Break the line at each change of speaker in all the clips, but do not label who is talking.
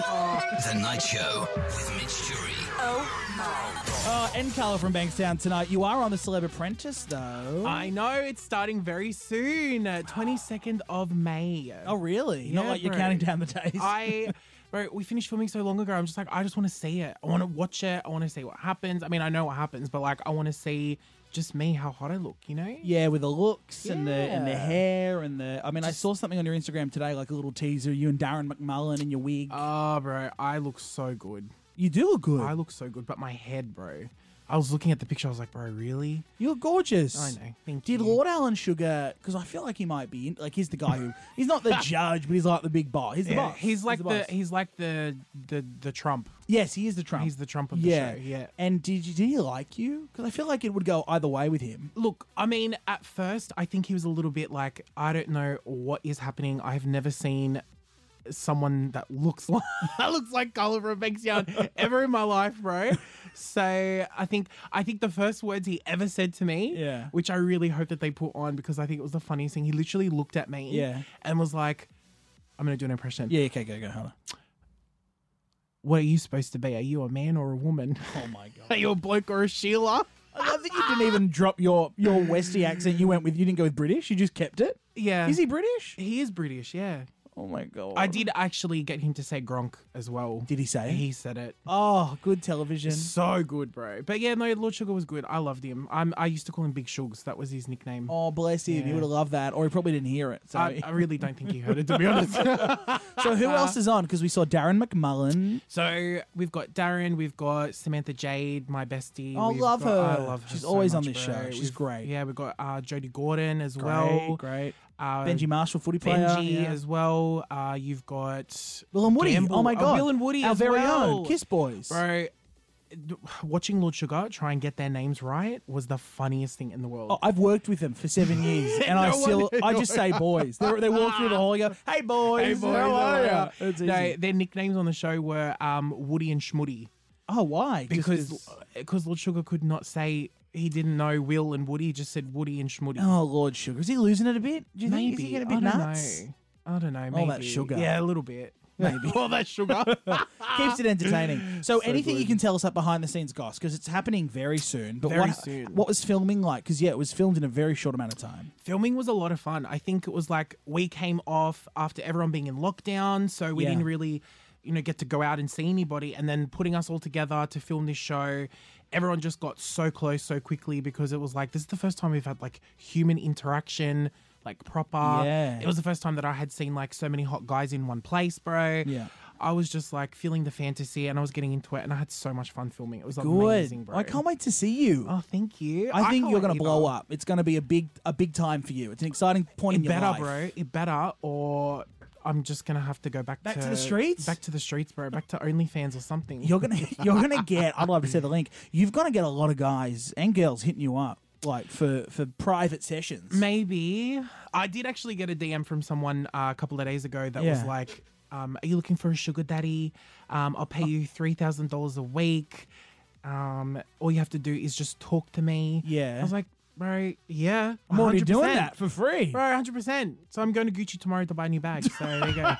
The Night Show with Mitch Jury.
Uh, and Carla from Bankstown tonight. You are on The Celeb Apprentice, though.
I know it's starting very soon, twenty second of May.
oh, really? Not
Yeah,
like you're
bro.
counting down the days.
I, bro, we finished filming so long ago. I'm just like, I just want to see it. I want to watch it. I want to see what happens. I mean, I know what happens, but like, I want to see just me how hot I look. You know?
yeah, with the looks and the and the
Yeah.
hair and the. I mean, I saw something on your Instagram today, like a little teaser. You and Darren McMullen in your wig.
Oh, bro, I look so good.
you do look good.
I look so good, but my head, bro. I was looking at the picture. I was like, bro, really?
you look gorgeous.
I know. Thank
Did
you.
Lord Alan Sugar? Because I feel like he might be in, like he's the guy who he's not the judge, but he's like the big boss. He's the
Yeah,
boss.
he's like the,
boss.
he's like the the the Trump.
yes, he is the Trump.
He's the Trump of the
yeah,
show. Yeah.
And did you did he like you? Because I feel like it would go either way with him.
Look, I mean, at first, I think he was a little bit like, I don't know what is happening. I've never seen someone that looks like that looks like Gulliver of Bankstown ever in my life, bro. So I think I think the first words he ever said to me,
Yeah.
which I really hope that they put on because I think it was the funniest thing. He literally looked at me,
Yeah.
and was like, "I'm gonna do an impression.
Yeah. Okay. Go. Go. Hold on.
What are you supposed to be? Are you a man or a woman?
Oh my god.
are you a bloke or a Sheila?"
I love that you didn't even drop your your Westie accent. You went with you didn't go with British. You just kept it.
Yeah,
Is he British?
He is British, yeah.
Oh my god!
I did actually get him to say Gronk as well.
Did he say it?
He said it.
Oh, good television.
So good, bro. But yeah, no, Lord Sugar was good. I loved him. I'm, I used to call him Big Shugs. That was his nickname.
Oh, bless him. He
Yeah.
would have loved that, or he probably didn't hear it. So,
I, uh-huh. I really don't think he heard it, to be honest.
so who else is on? Because we saw Darren McMullen.
so we've got Darren, we've got Samantha Jade, my bestie.
Oh,
We've
love
got-
her.
I love her.
She's
so
always on
much,
this
bro.
show. She's
We've-
great.
Yeah, we've got uh, Jody Gordon as well.
great.
Uh,
Benji Marshall, footy player.
Benji
yeah.
as well. Uh, you've got
Will and Woody.
Gamble.
Oh my
Uh,
god.
Will and Woody,
our
as
very
well.
own Kiss Boys.
Bro, d- watching Lord Sugar try and get their names right was the funniest thing in the world.
Oh, I've worked with them for seven years, and I
No
still
wonder
I just say boys. They they walk through the hall and go, "Hey boys, how are ya?" It's easy.
No, their nicknames on the show were um, Woody and Schmutty
oh, why? Just
because because Lord Sugar could not say he didn't know Will and Woody. He just said Woody and Schmutty.
Oh Lord Sugar, is he losing it a bit? Do you think is he getting a bit
I don't
nuts?
know. I don't know.
All
Maybe.
that sugar.
Yeah, a little bit.
Maybe.
All that sugar.
Keeps it entertaining. So, anything you
good.
can tell us up behind the scenes, Goss, because it's happening very soon. But
Very
what,
soon.
what was filming like? Because yeah, it was filmed in a very short amount of time.
filming was a lot of fun. I think it was like we came off after everyone being in lockdown, so we
Yeah.
didn't really, you know, get to go out and see anybody. And then putting us all together to film this show, everyone just got so close so quickly because it was like this is the first time we've had like human interaction. Like proper,
Yeah.
It was the first time that I had seen like so many hot guys in one place, bro.
Yeah.
I was just like feeling the fantasy, and I was getting into it, and I had so much fun filming. It was amazing,
Good.
bro.
I can't wait to see you.
Oh, thank you.
I think
can't
you're going
wait
to blow
either.
up. It's going to be a big a big time for you. It's an exciting point in
It
your
better,
life.
bro. It better, or I'm just gonna have to go back
Back to the streets?
Back to the streets, bro. Back to OnlyFans or something.
You're gonna you're gonna get. I'd love to see the link. You've got to get a lot of guys and girls hitting you up like for for private sessions.
Maybe I did actually get a DM from someone uh, a couple of days ago that was
Yeah.
like, um, "Are you looking for a sugar daddy? Um, I'll
Uh
pay you three thousand dollars a week. Um, all you have to do is just talk to me."
Yeah.
I was like, "Bro, yeah,
I'm already doing
100%.
that for free.
Bro, hundred percent. So I'm going to Gucci tomorrow to buy a new bag. So there you go.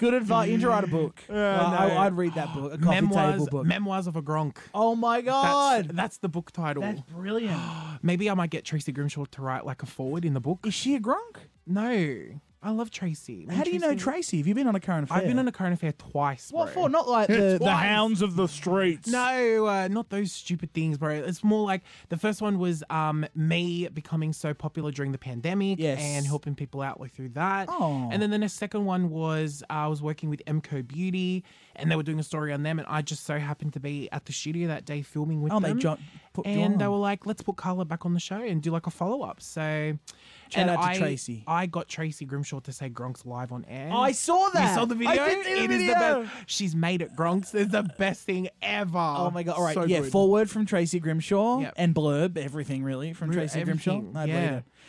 Good advice. You need to write a book. Well, I, would read that book, a coffee
memoirs,
table book.
memoirs of a Gronk.
oh my
That's,
god,
that's the book title.
brilliant.
Maybe I might get Tracy Grimshaw to write like a forward in the book.
Is she a gronk?
No, I love Tracy. When
How do you know Tracy? Have you been on a current affair?
I've been on a current affair twice.
what
bro.
for? Not like the, the
Twice.
hounds of the streets.
No, uh, not those stupid things, bro. It's more like the first one was um, me becoming so popular during the pandemic
Yes.
and helping people out like through that.
Oh.
And then, then the second one was uh, I was working with MCO Beauty and they were doing a story on them. And I just so happened to be at the studio that day filming with
Oh, they
them.
jo- put you
and they
on.
were like, let's put Carla back on the show and do like a follow up. So,
Shout
and
out to
I,
Tracy.
I got Tracy Grimshaw to say Gronk's live on air.
I saw that.
You saw the
I
video?
did see the
It is
video.
best. She's made it, Gronks. It's the best thing ever.
Oh my god! All right,
So
yeah.
good.
Forward from Tracy Grimshaw
Yep.
and blurb everything really from
Re-
Tracy Grimshaw.
everything,
I believe
yeah.
it.